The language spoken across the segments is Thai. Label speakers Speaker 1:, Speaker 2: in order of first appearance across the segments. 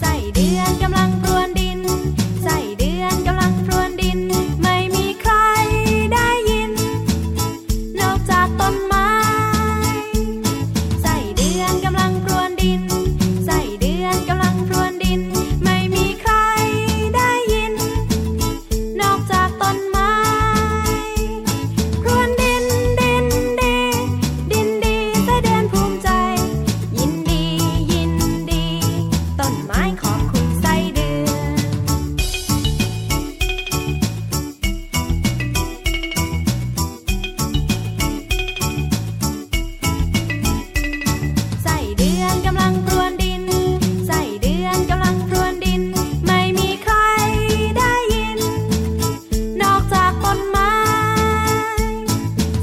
Speaker 1: ใส่เดือนกำลังพรวนดิน ใส่เดือนกำลังพรวนดิน ไม่มีใครได้ยิน นอกจากต้นไม้ ใส่เดือนกำลังพรวนดิน ใส่เดือนกำลังพรวนดิน ไม่มีใครได้ยิน นอกจากต้นไม้ พรวนดินดินดีดินดีแสดงภูมิใจ ยินดียินดี ต้นไม้ขอบคุณไส้เดือน ใส่เดือนกำลังพรวนดิน ใส่เดือนกำลังพรวนดิน ไม่มีใครได้ยิน นอกจากต้นไม้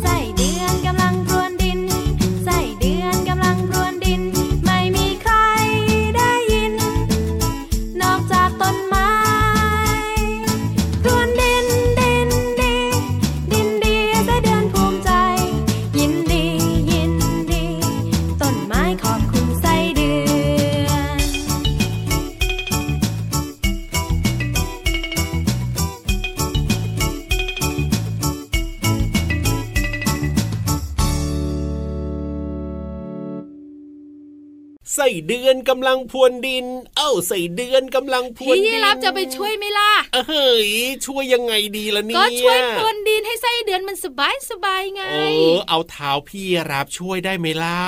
Speaker 1: ใส่เดือนกำลังพรวนดิน ใส่เดือนกำลังพรวนดิน ไม่มีใครได้ยิน นอกจากต้นไม้ พรวนดินดินดี ดินดีแสดงภูมิใจ ยินดียินดี ต้นไม้ขอบคุณไส้เดือน
Speaker 2: ใส่เดือนกำลังพรวนดิน เอ้าใส่เดือนกำลังพรวน
Speaker 3: พี่
Speaker 2: ดิน
Speaker 3: ยีรับจะไปช่วยไหมล่ะ
Speaker 2: เอ้ยช่วยยังไงดีล่ะเนี่ย
Speaker 3: ก็ช่วยพรวนดินให้ไส้เดือนมันสบายสบายๆไง
Speaker 2: เออเอาเท้าพี่รับช่วยได้ไหมเล่า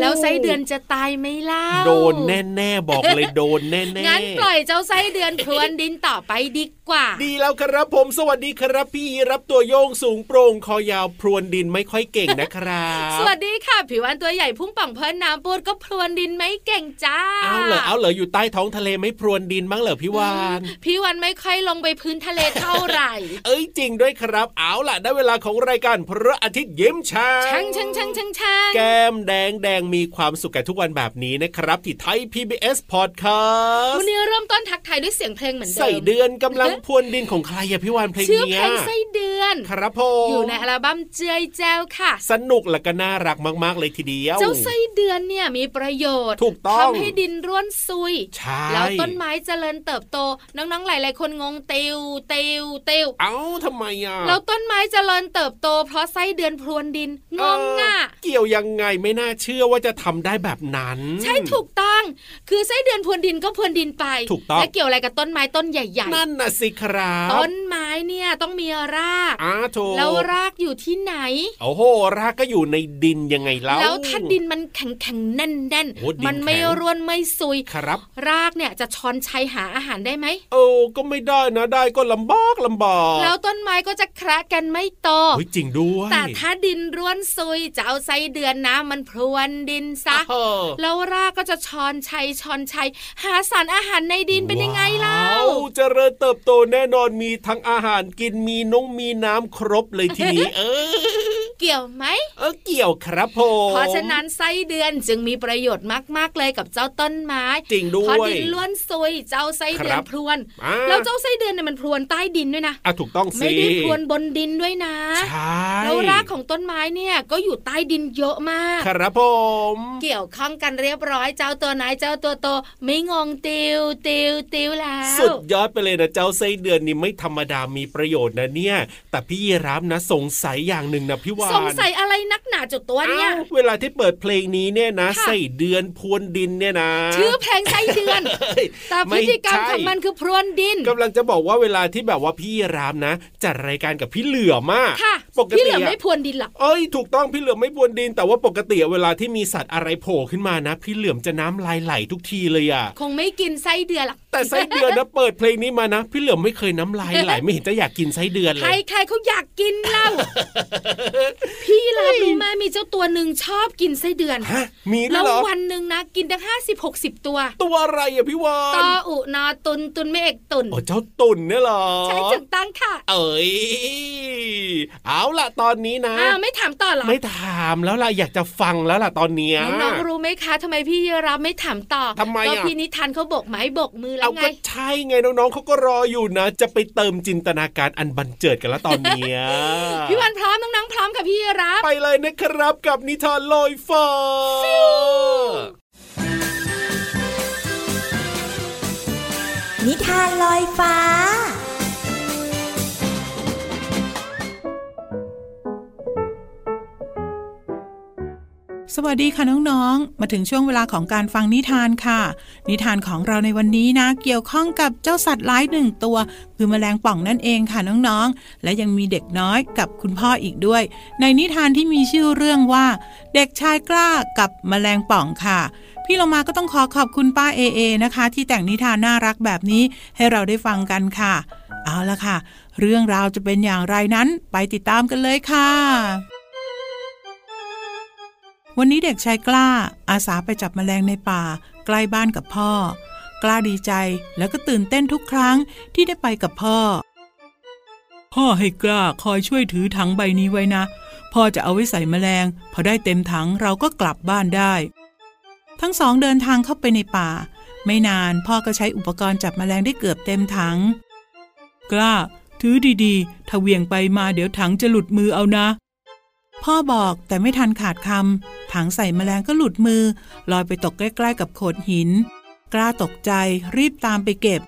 Speaker 3: แล้วไส้เดือนจะตายไหมล่ะ
Speaker 2: โดนแน่ๆบอกเลยโดนแน่ๆ
Speaker 3: งั้นปล่อยเจ้าไส้เดือนพรวนดินต่อไปดีกว่า
Speaker 2: ดีแล้วครับผมสวัสดีครับ พี่รับตัวโยงสูงโปร่งคอยาวพรวนดินไม่ค่อยเก่งนะครับ
Speaker 3: สวัสดีค่ะ ผิวอันตัวใหญ่พุ่งป่องเพลินน้ำปูดก็พรวนดินไม่เก่งจ้า
Speaker 2: เอาเหรอเอาเหรออยู่ใต้ท้องทะเลไม่พรวนดินมั้งเหรอพี่วาน
Speaker 3: พี่วันไม่ค่อยลงไปพื้นทะเลเท่าไหร่
Speaker 2: เอ้ยจริงด้วยครับ เอาล่ะได้เวลาของรายการพระอาทิตย์ยิ้มช่าง
Speaker 3: ช่างช่างช่างช่างช่าง
Speaker 2: แก้มแดงแดงมีความสุขกันทุกวันแบบนี้นะครับ ที่ไทย PBS Podcast
Speaker 3: วันนี้เริ่มต้นทักทายด้วยเสียงเพลงเหมือนเดิม
Speaker 2: ใส่เดือนกำลังพรวนดินของใครอะพี่วานเพลง
Speaker 3: ชื่อเพ
Speaker 2: เนี้
Speaker 3: ล
Speaker 2: ย
Speaker 3: งไส้เดือน
Speaker 2: ครับผม
Speaker 3: อยู่ในอัลบั้มเจยแจวค่ะ
Speaker 2: สนุกและก็น่ารักมาก ๆ เลยทีเดียว
Speaker 3: เจ้าไส้เดือนเนี่ยมีประโยชน์
Speaker 2: ถูกต้อง
Speaker 3: ทำให้ดินร่วนซุย
Speaker 2: ใช่
Speaker 3: แล้วต้นไม้เจริญเติบโต น้องๆหลายๆคนงงเติวเติวเติว
Speaker 2: เอ้าทำไมอะ
Speaker 3: แล้วต้นไม้เจริญเติบโต เพราะไส้เดือนพรวนดินงงอ่ะ
Speaker 2: เออเกี่ยวยังไงไม่น่าเชื่อว่าจะทำได้แบบนั้น
Speaker 3: ใช่ถูกต้อง คือไส้เดือนพรวนดินก็พรวนดินไป
Speaker 2: ถูกต้อง
Speaker 3: และเกี่ยวอะไรกับต้นไม้ต้นใหญ่
Speaker 2: นั่นน่ะสิครับ
Speaker 3: ๆ ต้นไม้เนี่ยต้องมีราก
Speaker 2: อ้าโถ
Speaker 3: แล้วรากอยู่ที่ไหน
Speaker 2: โอ้โหรากก็อยู่ในดินยังไงเล่า
Speaker 3: แล้วถ้าดินมันแข็งแข็งๆแน่นแน่นๆ
Speaker 2: โอ้ดิน
Speaker 3: มัไม่
Speaker 2: แข็ง
Speaker 3: ร่วนไม่ซุย
Speaker 2: ครับ
Speaker 3: รากเนี่ยจะช้อนชัยหาอาหารได้ไหม
Speaker 2: โอ้ก็ไม่ได้นะได้ก็ลำบากลำบาก
Speaker 3: แล้วต้นไม้ก็จะแคระกันไม่โต
Speaker 2: เฮ้ยจริงด้วย
Speaker 3: แต่ถ้าดินร่วนซุยจะเอาไส้เดือนนะมันพรวนดินซะ
Speaker 2: เออ
Speaker 3: แล้วรากก็จะชอนชัยชอนชัย หาสารอาหารในดินเป็นยังไงเล่า
Speaker 2: ว้วเจริญเติบโตแน่นอนมีทั้งอาหารกินมีนงมีน้ำครบเลยที นี้ เออ
Speaker 3: เกี่ยวไหม
Speaker 2: เออเกี่ยวครับผม
Speaker 3: เพราะฉะนั้นไส้เดือนจึงมีประโยชน์มากๆเลยกับเจ้าต้นไม้
Speaker 2: จริงด้
Speaker 3: เพราะ
Speaker 2: วย
Speaker 3: ดินล้วนซุยเจ้าไส้เดื
Speaker 2: คน
Speaker 3: อ
Speaker 2: รับ
Speaker 3: พรวน
Speaker 2: อ่า
Speaker 3: แล้วเจ้าไส้เดือนเนี่ยมันพรวนใต้ดินด้วยนะ
Speaker 2: อ่ะถูกต้องสิ
Speaker 3: ไม่ได้พรวนบนดินด้วยนะ
Speaker 2: ใช่
Speaker 3: แล้วรากของต้นไม้เนี่ยก็อยู่ใต้ดินเยอะมาก
Speaker 2: ครับผม
Speaker 3: เกี่ยวข้องกันเรียบร้อยเจ้าตัวไหนเจ้าตัวโตไม่งงติวติวติวแล้ว
Speaker 2: สุดยอดไปเลยนะเจ้าไส้เดือนนี่ไม่ธรรมดามีประโยชน์นะเนี่ย แต่พี่ยีรับนะสงสัยอย่างหนึ่งนะพี่วาน
Speaker 3: สงสัยอะไรนักหนาจุดตัวเนี่ย
Speaker 2: อ้าวเวลาที่เปิดเพลงนี้เนี่ยนะ
Speaker 3: ค่ะ
Speaker 2: ไส้เดือนพรวนดินเนี่ยนะ
Speaker 3: ชื่อเพลงไส้เดือน
Speaker 2: เฮ้ย
Speaker 3: แต่พฤติกรรมของมัน
Speaker 2: ไใช
Speaker 3: คือพรวนดิน
Speaker 2: ่กำลังจะบอกว่าเวลาที่แบบว่าพี่ยีรับนะ จัดรายการกับพี่เหลือมาก
Speaker 3: ค่ะ
Speaker 2: ปก
Speaker 3: พี่
Speaker 2: ติ
Speaker 3: เหลือม
Speaker 2: อะ
Speaker 3: ไม่พรวนดินหรอก
Speaker 2: เอ้ยถูกต้องพี่เหลือมไม่พรวนดิน แต่ว่าปกติเวลาที่มีสัตว์อะไรโผล่ขึ้นมานะ พี่เหลือมจะน้ำลายไหลทุกทีเลยอะ
Speaker 3: คงไม่กินไส้เดือนหรอก
Speaker 2: แต่ไส้เดื อนนะ เปิดเพลงนี้มานะ พี่เหลือมไม่เคยน้ำลายไหล ไม่เห็นจะอยากกินไส้เดือนเล
Speaker 3: ใคร
Speaker 2: ย
Speaker 3: ใครเขาอยากกินเรา
Speaker 2: เอ้
Speaker 3: พี่รับรู้ไหมมีเจ้าตัวหนึ่งชอบกินไส้เดือน
Speaker 2: ฮะมีด้ว
Speaker 3: แล้
Speaker 2: ยว เหรอ
Speaker 3: วันหนึ่งนะกินตั้งห้าสิบหกสิบตัว
Speaker 2: ตัวอะไรอ่ะพี่วา
Speaker 3: ต
Speaker 2: น
Speaker 3: ออุนอตุนตุนไม่เอกตุน
Speaker 2: โอ้เจ้าตุ่นเนี่ยเหรอ
Speaker 3: ใช่จุดตั้งค่ะ
Speaker 2: เอ้ยเอาล่ะตอนนี้นะ
Speaker 3: อ้าวไม่ถามต่อเหรอ
Speaker 2: ไม่ถามแล้วล่ะอยากจะฟังแล้วล่ะตอนเนี้ย
Speaker 3: น้องๆรู้ไหมคะทำไมพี่รับไม่ถามต่อ
Speaker 2: ทำไม
Speaker 3: ก็
Speaker 2: อ่ะ
Speaker 3: พี่นิทานเขาบอกไม้บอกมือแล้
Speaker 2: เอา
Speaker 3: วไง
Speaker 2: ก็ใช่ไงน้องๆเขาก็รออยู่นะ จะไปเติมจินตนาการอันบันเจิดกันแล้วตอนเนี้ย
Speaker 3: พี่วันพร้อมน้องๆพร้อมค่ะพี่รับ
Speaker 2: ไปเลยนะครับกับนิทานลอยฟ้า
Speaker 4: นิทานลอยฟ้า
Speaker 5: สวัสดีค่ะน้องๆ มาถึงช่วงเวลาของการฟังนิทานค่ะ นิทานของเราในวันนี้นะ เกี่ยวข้องกับเจ้าสัตว์ร้ายหนึ่งตัว คือแมลงป่องนั่นเองค่ะน้องๆ และยังมีเด็กน้อยกับคุณพ่ออีกด้วย ในนิทานที่มีชื่อเรื่องว่า เด็กชายกล้ากับแมลงป่องค่ะ พี่เรามาก็ต้องขอขอบคุณป้าเอเอนะคะ ที่แต่งนิทานน่ารักแบบนี้ให้เราได้ฟังกันค่ะ เอาละค่ะ เรื่องราวจะเป็นอย่างไรนั้นไปติดตามกันเลยค่ะ วันนี้เด็กชายกล้า อาสาไปจับแมลงในป่า ใกล้บ้านกับพ่อ กล้าดีใจแล้วก็ตื่นเต้นทุกครั้งที่ได้ไปกับพ่อ พ่อให้กล้าคอยช่วยถือถังใบนี้ไว้นะ พ่อจะเอาไว้ใส่แมลง พอได้เต็มถังเราก็กลับบ้านได้ ทั้งสองเดินทางเข้าไปในป่า ไม่นานพ่อก็ใช้อุปกรณ์จับแมลงได้เกือบเต็มถัง กล้า ถือดีๆถ้าเหวียงไปมาเดี๋ยวถังจะหลุดมือเอานะ พ่อบอกแต่ไม่ทันขาดคำถังใส่แมลงก็หลุดมือ ลอยไปตกใกล้ ๆ กับโขดหิน กล้าตกใจรีบตามไปเก็บ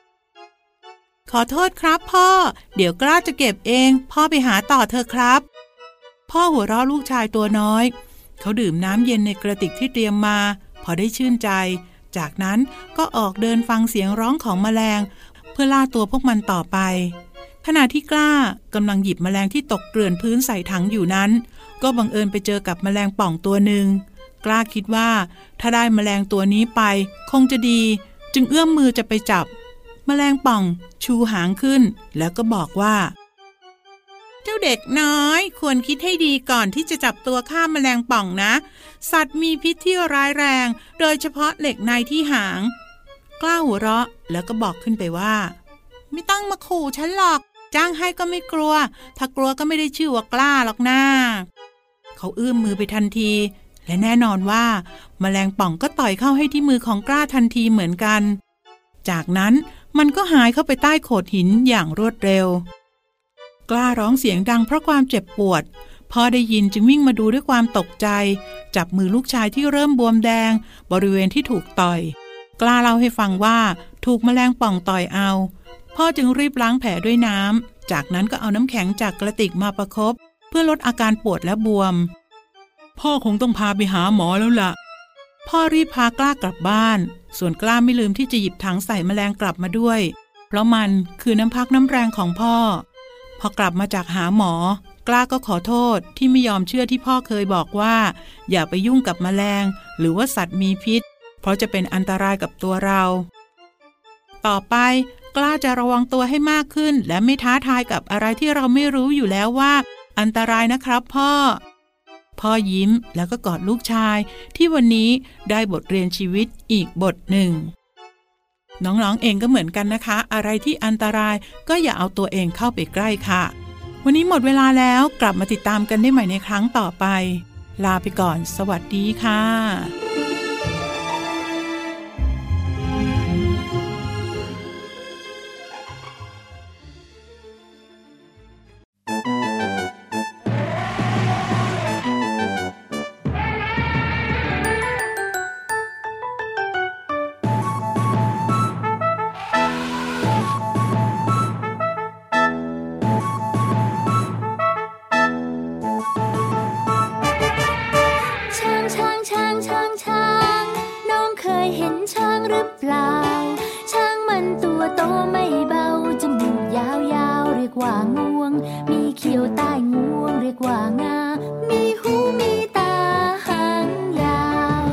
Speaker 5: ขอโทษครับพ่อ เดี๋ยวกล้าจะเก็บเอง พ่อไปหาต่อเธอะครับ พ่อหัวเราะลูกชายตัวน้อย เขาดื่มน้ำเย็นในกระติกที่เตรียมมา พอได้ชื่นใจ จากนั้นก็ออกเดินฟังเสียงร้องของแมลง เพื่อล่าตัวพวกมันต่อไป ขณะที่กล้ากำลังหยิบแมลงที่ตกเกลื่อนพื้นใส่ถังอยู่นั้น ก็บังเอิญไปเจอกับแมลงป่องตัวหนึ่งกล้าคิดว่า ถ้าได้แมลงตัวนี้ไป คงจะดี จึงเอื้อมมือจะไปจับ แมลงป่อง ชูหางขึ้น แล้วก็บอกว่า เจ้าเด็กน้อย ควรคิดให้ดีก่อนที่จะจับตัวข้ามแมลงป่องนะ สัตว์มีพิษที่ร้ายแรง โดยเฉพาะเหล็กในที่หาง กล้าหัวเราะแล้วก็บอกขึ้นไปว่า ไม่ต้องมาขู่ฉันหรอก จ้างให้ก็ไม่กลัว ถ้ากลัวก็ไม่ได้ชื่อว่ากล้าหรอกนะ้า เขาเอื้อมมือไปทันที และแน่นอนว่าแมลงป่องก็ต่อยเข้าให้ที่มือของกล้าทันทีเหมือนกัน จากนั้นมันก็หายเข้าไปใต้โขดหินอย่างรวดเร็ว กล้าร้องเสียงดังเพราะความเจ็บปวดพ่อได้ยินจึงวิ่งมาดูด้วยความตกใจ จับมือลูกชายที่เริ่มบวมแดง บริเวณที่ถูกต่อย กล้าเล่าให้ฟังว่าถูกแมลงป่องต่อยเอา พ่อจึงรีบล้างแผลด้วยน้ำ จากนั้นก็เอาน้ำแข็งจากกระติกมาประคบ เพื่อลดอาการปวดและบวม พ่อคงต้องพาไปหาหมอแล้วล่ะ พ่อรีบพากล้ากลับบ้าน ส่วนกล้าไม่ลืมที่จะหยิบถังใส่แมลงกลับมาด้วย เพราะมันคือน้ำพักน้ำแรงของพ่อ พอกลับมาจากหาหมอ กล้าก็ขอโทษที่ไม่ยอมเชื่อที่พ่อเคยบอกว่า อย่าไปยุ่งกับแมลง หรือว่าสัตว์มีพิษ เพราะจะเป็นอันตรายกับตัวเรา ต่อไปกล้าจะระวังตัวให้มากขึ้น และไม่ท้าทายกับอะไรที่เราไม่รู้อยู่แล้วว่า อันตรายนะครับพ่อ พ่อยิ้มแล้วก็กอดลูกชาย ที่วันนี้ได้บทเรียนชีวิตอีกบทหนึ่ง น้องๆเองก็เหมือนกันนะคะ อะไรที่อันตรายก็อย่าเอาตัวเองเข้าไปใกล้ค่ะ วันนี้หมดเวลาแล้วกลับมาติดตามกันได้ใหม่ในครั้งต่อไป ลาไปก่อน สวัสดีค่ะ
Speaker 6: ช้างช้างช้างช้างช้างน้องเคยเห็นช้างหรือเปล่า ช้างมันตัวโตไม่เบาจมูกยาวยาวๆเรียกว่างวง มีเขียวใต้งวงเรียกว่างา มีหูมีตาหางยาว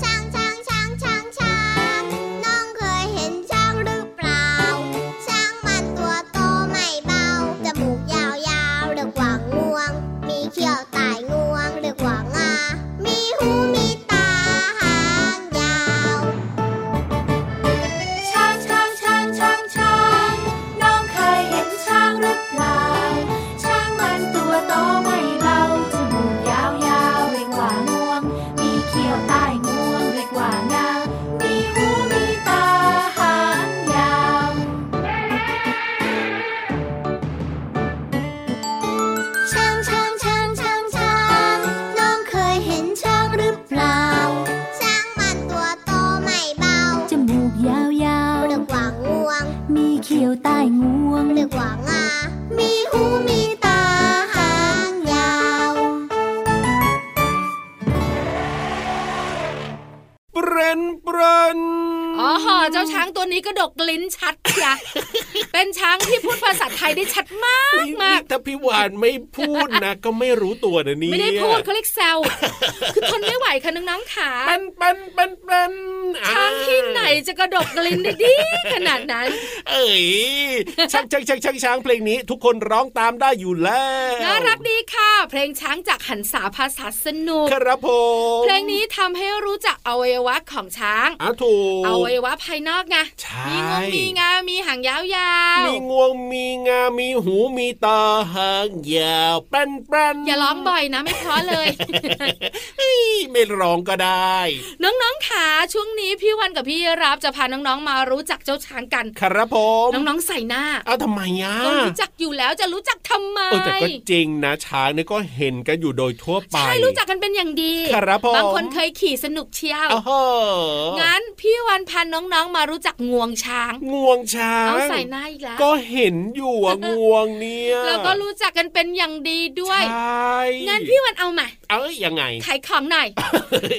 Speaker 7: ช้างช้างช้างช้างช้างน้องเคยเห็นช้างหรือเปล่า ช้างมันตัวโตไหม
Speaker 3: เจ้าช้างตัวนี้ก็ดกลิ้นชัด จ้ะ เป็นช้างที่พูดภาษาไทยได้ชัดมากมาก
Speaker 2: ถ้าพี่วานไม่พูดนะ ก็ไม่รู้ตัวนะเนี่ย
Speaker 3: ไม่ได้พูดเขาเรียกแซวคือทนไม่ไหวค่ะน้องๆขา
Speaker 2: เป็นเป็นเป็นเป็น
Speaker 3: ช้างที่ไหนจะกระดกกลิ้นได้ดีขนาดนั้น
Speaker 2: เอ้ยช้างช้างช้างช้างช้างเพลงนี้ ทุกคนร้องตามได้อยู่แล้ว
Speaker 3: น่ารักดีค่ะ เพลงช้างจากหันษาภาษาสนุก
Speaker 2: ครับผม
Speaker 3: เพลงนี้ทำให้รู้จักอวัยวะของช้าง
Speaker 2: อ่ะถูก
Speaker 3: อวัยวะภายนอกไง
Speaker 2: ใช่
Speaker 3: มีงวงมีงา มีหางยาว
Speaker 2: มีงวงมีงา มีหูมีตาหางยาวเป็นเป็น
Speaker 3: ๆอย่าร้องบ่อยนะไม่เพราะเลย
Speaker 2: เอ้ยไม่ร้องก็ได้
Speaker 3: น้องๆขาช่วงนี้พี่วันกับพี่รับจะพาน้องๆมารู้จักเจ้าช้างกัน
Speaker 2: ครับผม
Speaker 3: น้องๆใส่หน้า
Speaker 2: เอาทำไมอ่ะ
Speaker 3: ก็รู้จักอยู่แล้วจะรู้จักทำไม
Speaker 2: เออแต่ก็จริงนะช้างเนี่ยก็เห็นกันอยู่โดยทั่วไป
Speaker 3: ใช่รู้จักกันเป็นอย่างดี
Speaker 2: ครับผม
Speaker 3: บางคนเคยขี่สนุกเชียว
Speaker 2: โอ้โห
Speaker 3: งั้นพี่วันพาน้องๆมารู้จักงวงช้าง
Speaker 2: งวงช้าง
Speaker 3: เอาใส่หน้าอีกแล้ว
Speaker 2: ก็เห็นอยู่อะงวงเนี่ย
Speaker 3: แล้วก็รู้จักกันเป็นอย่างดีด้วย
Speaker 2: ใช่
Speaker 3: งั้นพี่วันเอามา
Speaker 2: เอ้ยยังไง
Speaker 3: ขายของ หน่อย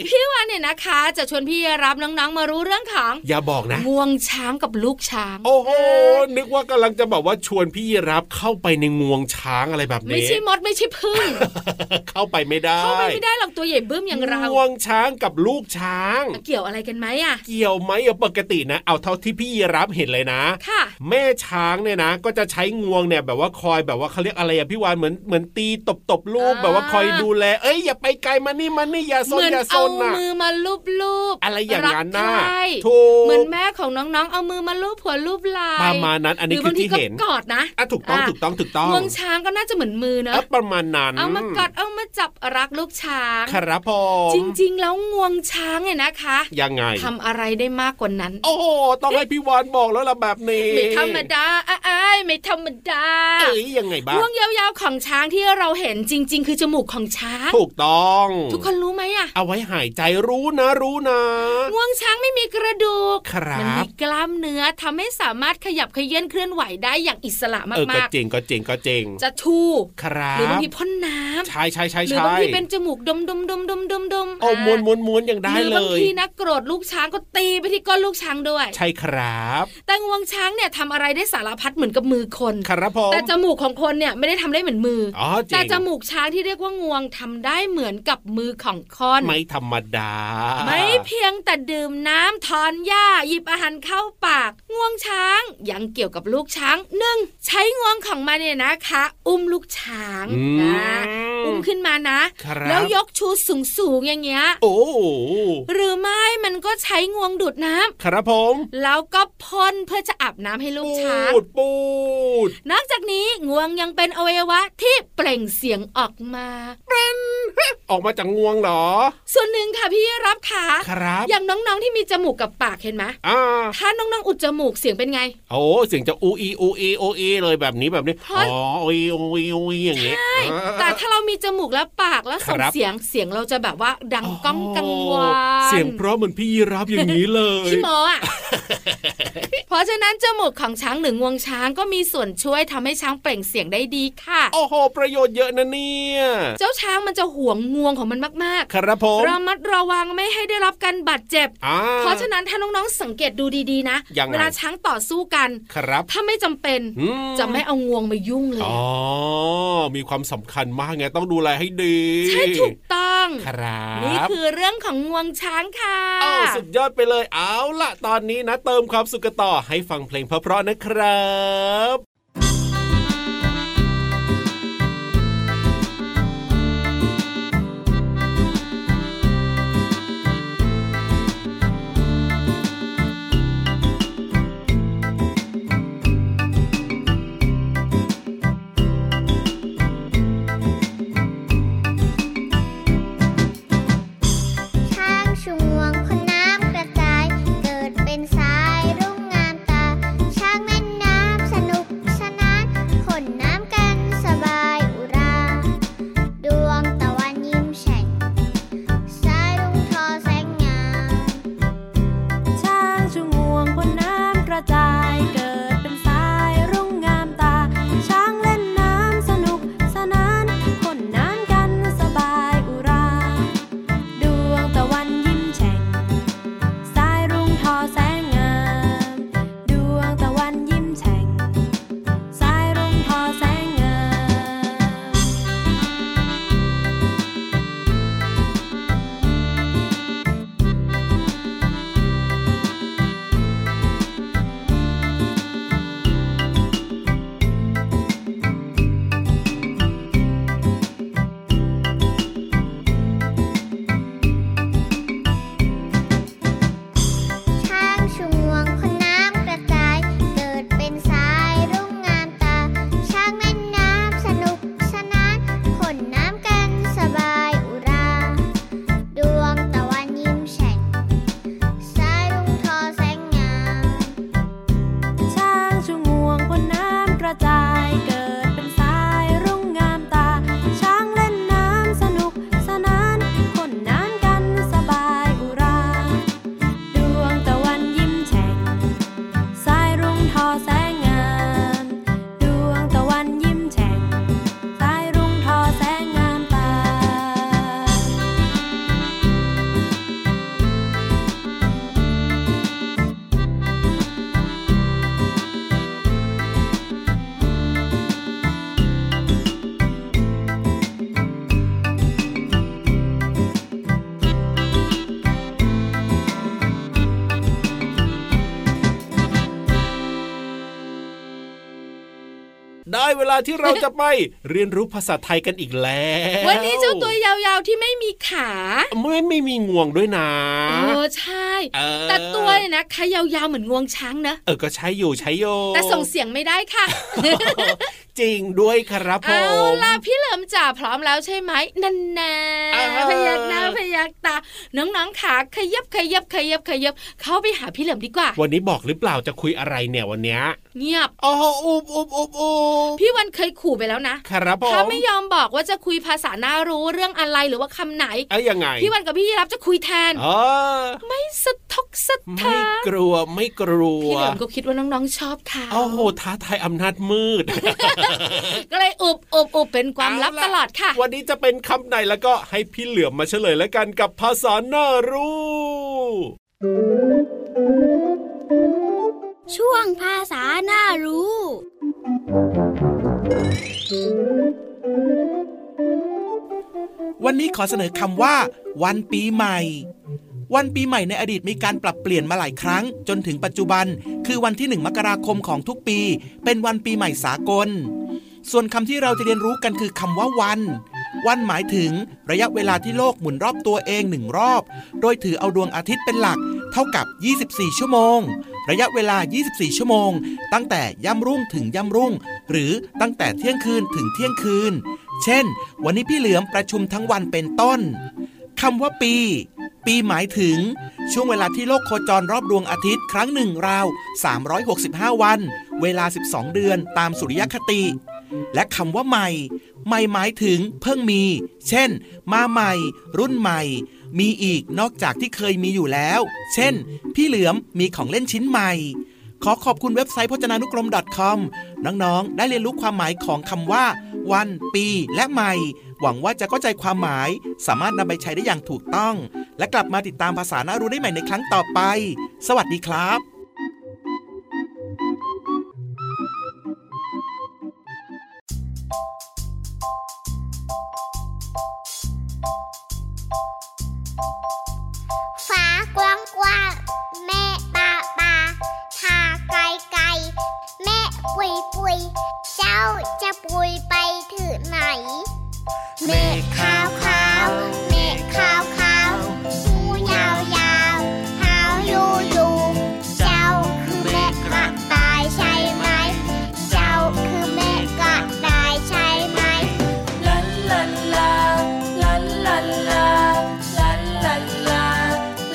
Speaker 3: พี่วันเนี่ยนะคะ จะชวนพี่รับน้องๆมารู้เรื่องของ
Speaker 2: อย่าบอกนะ
Speaker 3: งวงช้างกับลูกช้าง
Speaker 2: โอ้โหนึกว่ากำลังจะบอกว่าชวนพี่รับเข้าไปในงวงช้างอะไรแบบนี้
Speaker 3: ไม่ใช่มดไม่ใช่พึ่ง
Speaker 2: เข้าไปไม่ได้
Speaker 3: เข้าไปไม่ได้หรอกตัวใหญ่บึ้มอย่างเรา
Speaker 2: งวงช้างกับลูกช้าง
Speaker 3: เกี่ยวอะไรกันไหมอ่ะ
Speaker 2: เกี่ยวไหมเอาปกตินะ เอาเท่าที่พี่รับเห็นเลยนะ
Speaker 3: ค่ะ
Speaker 2: แม่ช้างเนี่ยนะ ก็จะใช้งวงเนี่ยแบบว่าคอยแบบว่าเขาเรียกอะไรอะพี่วานเหมือนเหมือนตีตบตบๆลูก
Speaker 3: อ่า
Speaker 2: แบบว่าคอยดูแล เอ้ยอย่าไปไกลมานี่มานี่อย่าซน
Speaker 3: เหมือน
Speaker 2: อย่าซ
Speaker 3: เอา
Speaker 2: นนะ
Speaker 3: มือมาลูบๆ
Speaker 2: อะไรอย่างนั้นนะ
Speaker 3: รักใคร
Speaker 2: ถูก
Speaker 3: เหมือนแม่ของน้องๆเอามือมาลูบหัวลูบไหล
Speaker 2: ประมาณนั้นอัน
Speaker 3: ห
Speaker 2: นี้
Speaker 3: รือ
Speaker 2: คื
Speaker 3: บา
Speaker 2: อง
Speaker 3: ที
Speaker 2: ที่
Speaker 3: ก็
Speaker 2: เห็น
Speaker 3: กอดนะ
Speaker 2: อ่ะถูกต้อง
Speaker 3: ะ
Speaker 2: ถูกต้องถูกต้อง
Speaker 3: งวงช้างก็น่าจะเหมือนมือเน
Speaker 2: เอ้
Speaker 3: อะ
Speaker 2: ยประมาณนั้น
Speaker 3: เอามากอดเอามาจับรักลูกช้าง
Speaker 2: ครับผม
Speaker 3: จริงๆ แล้วงวงช้างเนี่ยนะคะ
Speaker 2: ยังไง
Speaker 3: ทำอะไรได้มากกว่านั้น
Speaker 2: โอ้โหต้องให้พี่วานบอกแล้วล่ะแบบนี้
Speaker 3: ไม่ธรรมดาอ้ายๆไม่ธรรมดา
Speaker 2: เอ้ยยังไงบ้าง
Speaker 3: งวงยาวๆของช้างที่เราเห็นจริง ๆ คือจมูกของช้าง
Speaker 2: ถูกต้อง
Speaker 3: ทุกคนรู้ไหมอะ
Speaker 2: เอาไว้หายใจรู้นะรู้นะ
Speaker 3: งวงช้างไม่มีกระดูก
Speaker 2: ครั
Speaker 3: มั
Speaker 2: บ
Speaker 3: มีกล้ามเนื้อทำให้สามารถขยับเขยื้อนเคลื่อนไหวได้อย่างอิสระ
Speaker 2: เออก็
Speaker 3: มาก
Speaker 2: จริงก็จริงก็จริง
Speaker 3: ๆ จะทู
Speaker 2: ครับ
Speaker 3: หรือบางทีพ่นน้ำ
Speaker 2: ใช่ใช่ใช่
Speaker 3: หรื
Speaker 2: ใช่
Speaker 3: บางทีเป็นจมูกดมดมดมดมดมดม
Speaker 2: โอ้ม้วนม้วนม้วนอย่างได้
Speaker 3: หรื
Speaker 2: เล
Speaker 3: บาง
Speaker 2: ย
Speaker 3: ทีนะโกรธลูกช้างก็ตีไปที่ก้นลูกช้างด้วย
Speaker 2: ใช่ครับ
Speaker 3: แต่งวงช้างเนี่ยทำอะไรได้สารพัดเหมือนกับมือคน
Speaker 2: ครับผม
Speaker 3: แต่จมูกของคนเนี่ยไม่ได้ทำได้เหมือนมืออ
Speaker 2: อ๋อจริ
Speaker 3: แต่
Speaker 2: ง
Speaker 3: จมูกช้างที่เรียกว่างวงทำได้เหมือนกับมือของคน
Speaker 2: ไม่ธรรมดา
Speaker 3: ไม่เพียงแต่ดื่มน้ำทอนหญ้าหยิบอาหารเข้าปาก งวงช้างยังเกี่ยวกับลูกช้างหนึ่งใช้งวงของมันเนี่ยนะคะ อุ้มลูกช้าง
Speaker 2: อืม
Speaker 3: นะอุ้มขึ้นมานะ
Speaker 2: ครับ
Speaker 3: แล้วยกชูสูงๆอย่างเงี้ย
Speaker 2: โอ้
Speaker 3: หรือไม่มันก็ใช้งวงดูดน้ำ
Speaker 2: ครับผม
Speaker 3: แล้วก็พ่นเพื่อจะอาบน้ำให้ลูกช้าง
Speaker 2: ปูดปูด
Speaker 3: นอกจากนี้งวงยังเป็นอวัยวะที่เปล่งเสียงออกมา
Speaker 2: ออกมาจากงวงเหรอ
Speaker 3: ส่วนหนึ่งค่ะพี่รับค่ะ
Speaker 2: ครับ
Speaker 3: อย่างน้องๆที่มีจมูกกับปากเห็นไหม
Speaker 2: อ่า
Speaker 3: ถ้าน้องๆอุดจมูกเสียงเป็นไง
Speaker 2: โอ้เสียงจะอูอีอูอีอูอีเลยแบบนี้แบบนี้
Speaker 3: เพ
Speaker 2: อ๋
Speaker 3: ราะ
Speaker 2: ออูอีอูอีอูอีอย่างเงี้ย
Speaker 3: ใช่แต่ถ้าเรามีจมูกและปากแล้วส่ง
Speaker 2: ครับ
Speaker 3: เสียงเสียงเราจะแบบว่าดังก้องกังวา
Speaker 2: โอ้
Speaker 3: น
Speaker 2: เสียงเพราะเหมือนพี่ยีรับอย่างนี้เลย
Speaker 3: พี่หมออ่ะ เพราะฉะนั้นจมูกของช้างหรืองวงช้างก็มีส่วนช่วยทำให้ช้างเปล่งเสียงได้ดีค่ะ
Speaker 2: โอ้โห ประโยชน์เยอะนะเนี่ย
Speaker 3: เจ้าช้างมันจะหวงงวงของมันมาก
Speaker 2: ครับผม
Speaker 3: ๆระมัดระวังไม่ให้ได้รับการบาดเจ็บ
Speaker 2: อ่า
Speaker 3: เพราะฉะนั้นถ้าน้องๆสังเกตดูดีๆนะ
Speaker 2: ยังไง
Speaker 3: เวลาช้างต่อสู้กัน
Speaker 2: ครับ
Speaker 3: ถ้าไม่จำเป็น
Speaker 2: อืม
Speaker 3: จะไม่เอางวงมายุ่งเลย
Speaker 2: อ๋อ มีความสำคัญมากไงต้องดูแลให้ดี
Speaker 3: ใช่ถูกต้อง
Speaker 2: ครับ
Speaker 3: นี่คือเรื่องของงวงช้างค่ะ
Speaker 2: อ้าวสุดยอดไปเลยเอาล่ะ ตอนนี้นะ เติมความสุขกันต่อให้ฟังเพลงเพราะๆนะครับ
Speaker 7: ช้างชงวงคนน้ำกระจาย เกิดเป็นสายรุ่งงามตา ช้างเล่นน้ำสนุก
Speaker 2: เวลาที่เราจะไป เรียนรู้ภาษาไทยกันอีกแล้ว
Speaker 3: วันนี้เจ้าตัวยาวๆที่ไม่มีขา
Speaker 2: ไม่ไม่มีงวงด้วยนะ
Speaker 3: เออใช่
Speaker 2: เออ
Speaker 3: แต่ตัวเนี่ยนะขายาวๆเหมือนงวงช้างนะ
Speaker 2: เออก็ใช้อยู่ใช้โย
Speaker 3: แต่ส่งเสียงไม่ได้ค่ะ
Speaker 2: จริงด้วยครับผ
Speaker 3: เอา
Speaker 2: ม
Speaker 3: ล่ะพี่เหลิมจ๋าพร้อมแล้วใช่ไหมนันแน่
Speaker 2: เออ
Speaker 3: พยักหน้าพยักตา น้องๆขาขยับขยับขยับขยับเข้าไปหาพี่เหลิมดีกว่า
Speaker 2: วันนี้บอกหรือเปล่าจะคุยอะไรเนี่ยวันเนี้ย
Speaker 3: เงียบ
Speaker 2: อ๋ออุบอุบอุบอุบ
Speaker 3: พี่วันเคยขู่ไปแล้วนะ
Speaker 2: ครับผม
Speaker 3: ถ้าไม่ยอมบอกว่าจะคุยภาษาน่ารู้เรื่องอะไรหรือว่าคำไหน
Speaker 2: เอ้ยยังไง
Speaker 3: พี่วันกับพี่ยีรับจะคุยแทน
Speaker 2: อ๋อ
Speaker 3: ไม่สะทกสะ
Speaker 2: ไม่
Speaker 3: ท้าน
Speaker 2: กลัวไม่กลัว
Speaker 3: พี่เหลิมก็คิดว่าน้องๆชอบค่ะ
Speaker 2: โอ้โหท้าทายอำนาจมื ด
Speaker 3: ก็เลยอุบอุบอุบเป็นความลับ
Speaker 2: เะ
Speaker 3: ตลอดค่ะ
Speaker 2: วันนี้จะเป็นคำไหนแล้วก็ให้พี่เหลือมมาเฉลยแล้วกันกับภาษาหน้ารู้
Speaker 7: ช่วงภาษาหน้ารู้
Speaker 8: วันนี้ขอเสนอคำว่า วันปีใหม่ วันปีใหม่ในอดีตมีการปรับเปลี่ยนมาหลายครั้ง จนถึงปัจจุบัน คือวันที่ 1 มกราคมของทุกปี เป็นวันปีใหม่สากล ส่วนคำที่เราจะเรียนรู้กันคือคำว่าวัน วันหมายถึงระยะเวลาที่โลกหมุนรอบตัวเองหนึ่งรอบ โดยถือเอาดวงอาทิตย์เป็นหลัก เท่ากับ 24 ชั่วโมง ระยะเวลา 24 ชั่วโมง ตั้งแต่ย่ำรุ่งถึงย่ำรุ่ง หรือตั้งแต่เที่ยงคืนถึงเที่ยงคืน เช่น วันนี้พี่เหลือมประชุมทั้งวันเป็นต้น คำว่าปี ปีหมายถึง ช่วงเวลาที่โลกโคจรรอบดวงอาทิตย์ครั้งหนึ่งราว 365 วัน เวลา 12 เดือนตามสุริยคติ และคำว่าใหม่ ใหม่หมายถึงเพิ่งมี เช่น มาใหม่ รุ่นใหม่ มีอีกนอกจากที่เคยมีอยู่แล้ว เช่น พี่เหลือมมีของเล่นชิ้นใหม่ ขอขอบคุณเว็บไซต์พจนานุกรม .com น้องๆ ได้เรียนรู้ความหมายของคำว่า วัน ปี และใหม่ หวังว่าจะเข้าใจความหมาย สามารถนำไปใช้ได้อย่างถูกต้อง และกลับมาติดตามภาษาหน่ารู้ได้ใหม่ในครั้งต่อไป สวัสดีครับ
Speaker 7: ฟ้ากว้างกว้างๆแม่ปลาปลาทาไกลไกลๆแม่ปุยปุยๆเจ้าจะปุยไปถึงไหนเมฆขาวขาวๆเมฆขาวขาวๆหูยาวยาวหาวยูยูเจ้าคือแม่กระต่ายใช่ไหม เจ้าคือแม่กระต่ายใช่ไหม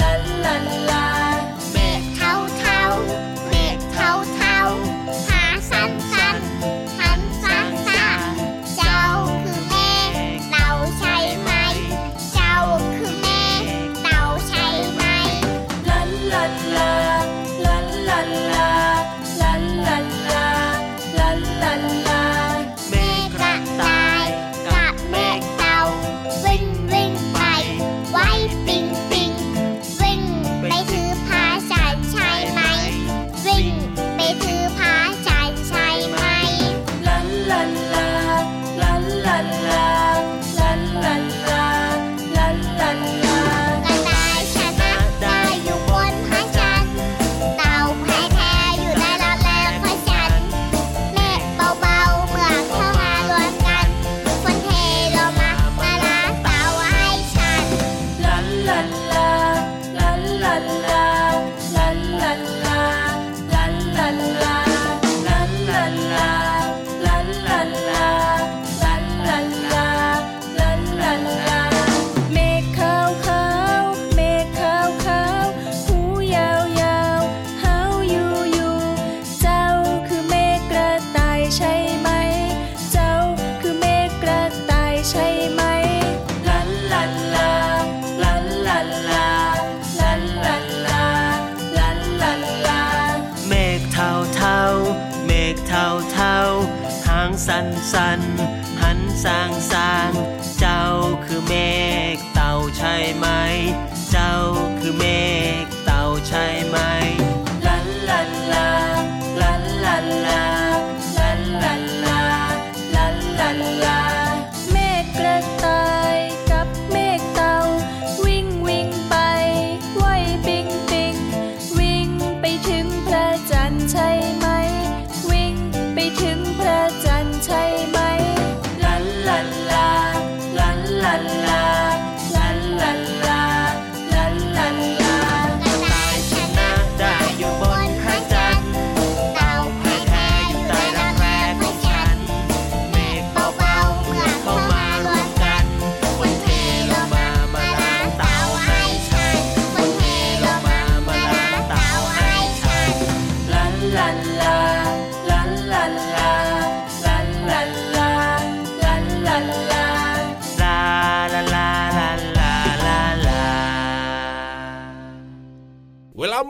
Speaker 7: เมฆเทาเทาๆเมฆเทาเทาๆหาสั้นสั้นๆหันสั้นสั้นๆเจ้าคือเมฆเราใช่ไหม เจ้าคือเมฆเราใช่ไหม เมฆกระต่ายกับเมฆเต่าวิ่งวิ่งไป ไว้ปิงปิงวิ่งไปถือพาฉันใช่ไหม วิ่งไปถือพาฉันใช่ไหม กระต่ายชนะได้อยู่บนพระจันทร์เต่าแพ้แท้อยู่ในละแลงพระจันทร์เมฆเบาๆเมื่อเข้ามารวมกันฝนเทลงมามาลาเต่าให้ฉัน
Speaker 6: เมฆขาวขาวเมฆขาวขาวหูยาวยาวหาวอยู่อยู่เจ้าคือเมฆกระต่ายใช่ไหม เจ้าคือเมฆกระต่ายใช่ไหม ลันลันลา ลันลันลา ลันลันลา ลันลันลา
Speaker 9: เมฆเทาเทาๆเมฆเทาเทาๆหางสันสันๆหันสางสางๆเจ้าคือเมฆเต่าใช่ไหม เจ้าคือเมฆเต่าใช่ไหม
Speaker 6: ลันลันลา ลันลันลา ลันลันลา ลันลันลา เมฆกระต่ายกับเมฆเต่าวิ่งวิ่งไปไหวปิงปิงวิ่งไปถึงพระจันทร์ใช่ไหม วิ่งไปถึงพระจันทร์ใช่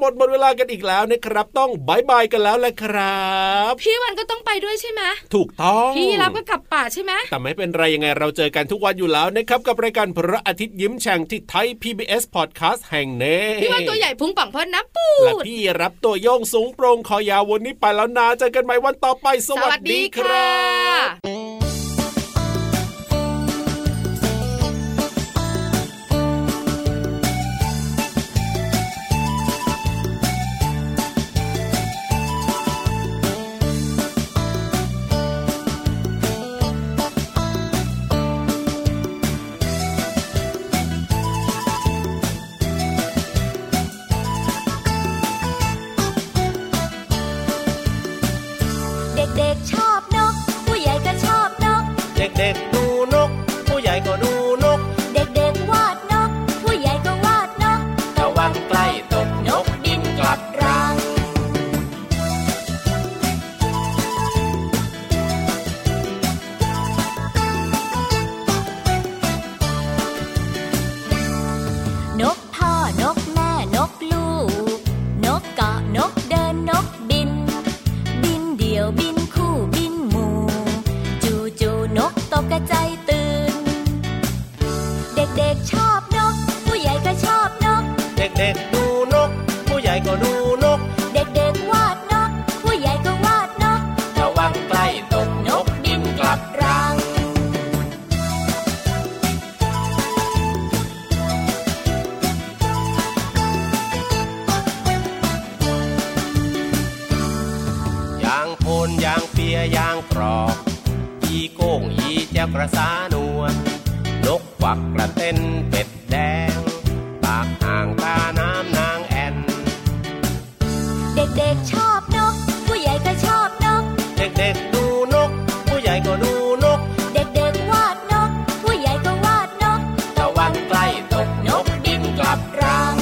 Speaker 2: หมดหมดเวลากันอีกแล้วนะครับ ต้องบายบายกันแล้วแหละครับ
Speaker 3: พี่วันก็ต้องไปด้วยใช่ไหม
Speaker 2: ถูกต้อง
Speaker 3: พี่รับก็กลับป่าใช่ไหม
Speaker 2: แต่ไม่เป็นไรยังไงเราเจอกันทุกวันอยู่แล้วนะครับ กับรายการพระอาทิตย์ยิ้มแฉ่งที่ไทย PBS Podcast แห่งนี้
Speaker 3: พี่วันตัวใหญ่พุงป่องพอน้ำปู
Speaker 2: และ
Speaker 3: ด
Speaker 2: พี่รับตัวโยงสูงโปรงคอยาววันนี้ไปแล้วนะเจอกันใหม่วันต่อไป สวัสดีครับ
Speaker 4: เด็กๆชอบนก ผู้ใหญ่ก็ชอบนก
Speaker 9: เด็กๆดูนก ผู้ใหญ่ก็ดูนก
Speaker 4: เด็กๆวาดนก ผู้ใหญ่ก็วาดนก
Speaker 9: ระวังใกล้ตกนกบินกลับรัง
Speaker 4: นกพ่อนกแม่นกลูก นกเกาะนกเดินนกบิน บินเดี่ยวบินคู่บินหมู่จูจูๆนกตกกระจายตื่น เด็กๆชอบนก ผู้ใหญ่ก็ชอบนก
Speaker 9: เด็กๆดูนก ผู้ใหญ่ก็ดูนก
Speaker 4: เด็กๆวาดนก ผู้ใหญ่ก็วาดนก
Speaker 9: ระวังใกล้ตกนกบินกลับรัง ยางโพนยางเปียยางกรอก อีโก้งอีแจวกระสานวลนกควักกระเต้นเป็ดแดง ปากอ่างตาน้ำนางแอน
Speaker 4: เด็กๆชอบนก ผู้ใหญ่ก็ชอบนก
Speaker 9: เด็กๆดูนก ผู้ใหญ่ก็ดูนก
Speaker 4: เด็กๆวาดนก ผู้ใหญ่ก็วาดนก
Speaker 9: ระวังใกล้ตกนกบินกลับรัง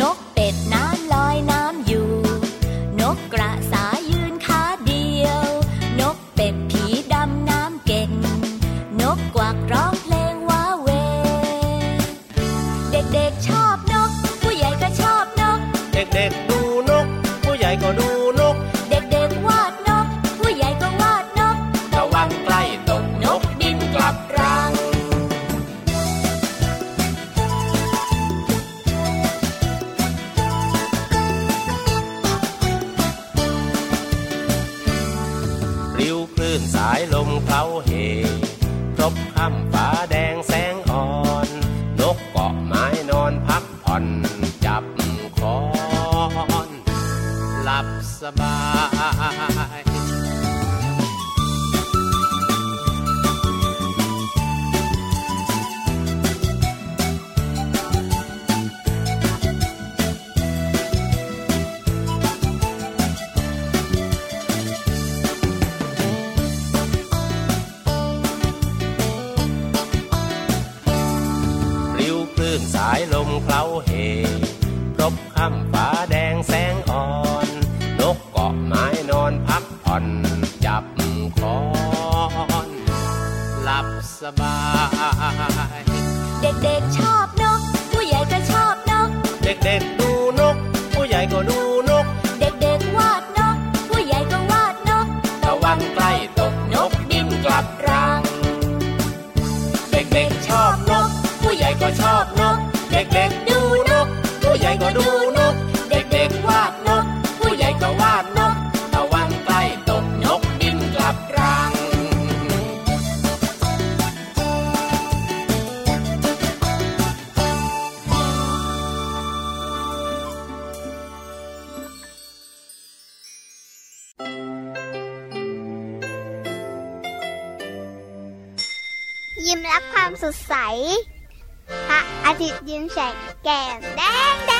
Speaker 4: นกเป็ดน้ำลอยน้ำอยู่ นกกระสายืนขาเดียว นกเป็ดผีดำน้ำเก่ง นกกวักร้องเพลงว้าเหวเด็กๆชอบนก ผู้ใหญ่ก็ชอบนก
Speaker 9: เด็กๆดูนก ผู้ใหญ่ก็ดูนก
Speaker 4: เด็กๆวาดนก ผู้ใหญ่ก็วาดนก
Speaker 9: ระวังใกล้ตกนกบินกลับรัง ริ้วคลื่นสายลมเคล้าเหพรบค่ำฟ้าแดงแสงอ่อน นกเกาะไม้นอนพักผ่อน จับคอน หลับสบาย ริ้วคลื่นสายลมเคล้าเหพรบค่ำฟ้าแดงแสงอ่อน นกเกาะไม้นอนพักผ่อน จับคอน หลับสบาย
Speaker 4: เด็กๆชอบนก ผู้ใหญ่ก็ชอบนก
Speaker 9: เด็กๆดูนก ผู้ใหญ่ก็ดูนก
Speaker 4: เด็กๆวาดนก ผู้ใหญ่ก็วาดนก
Speaker 9: ระวังใกล้ตกนกบินกลับรัง เด็กๆชอบนก ผู้ใหญ่ก็ชอบนก เด็กๆดูนก ผู้ใหญ่ก็ดูนก เด็กๆวาดนก ผู้ใหญ่ก็วาดนก ระวังใกล้ตกนกบินกลับรัง
Speaker 7: ยิ้มรับความสดใส พระอาทิตย์ยิ้มแฉกแก้มแดงแดง